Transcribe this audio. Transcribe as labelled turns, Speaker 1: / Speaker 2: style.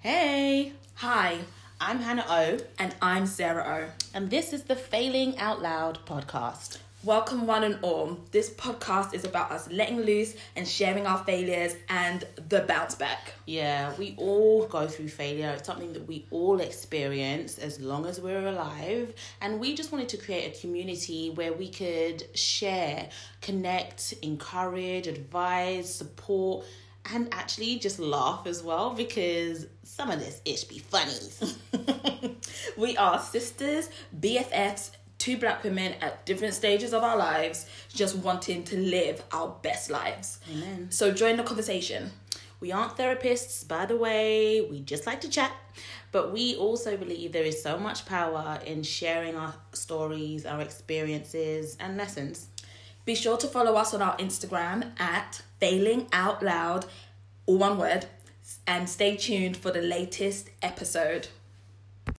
Speaker 1: Hey,
Speaker 2: Hi, I'm Hannah O,
Speaker 1: and I'm Sarah O.
Speaker 2: and this is the Failing Out Loud podcast.
Speaker 1: Welcome, one and all. This podcast is about us letting loose and sharing our failures and the bounce back.
Speaker 2: Yeah, we all go through failure. It's something that we all experience as long as we're alive. And we just wanted to create a community where we could share, connect, encourage, advise, support, and actually just laugh as well because some of this ish be funny.
Speaker 1: We are sisters, BFFs, two black women at different stages of our lives, just wanting to live our best lives.
Speaker 2: Amen.
Speaker 1: So join the conversation.
Speaker 2: We aren't therapists, by the way. We just like to chat. But we also believe there is so much power in sharing our stories, our experiences, and lessons.
Speaker 1: Be sure to follow us on our Instagram at failing out loud, all one word, and stay tuned for the latest episode.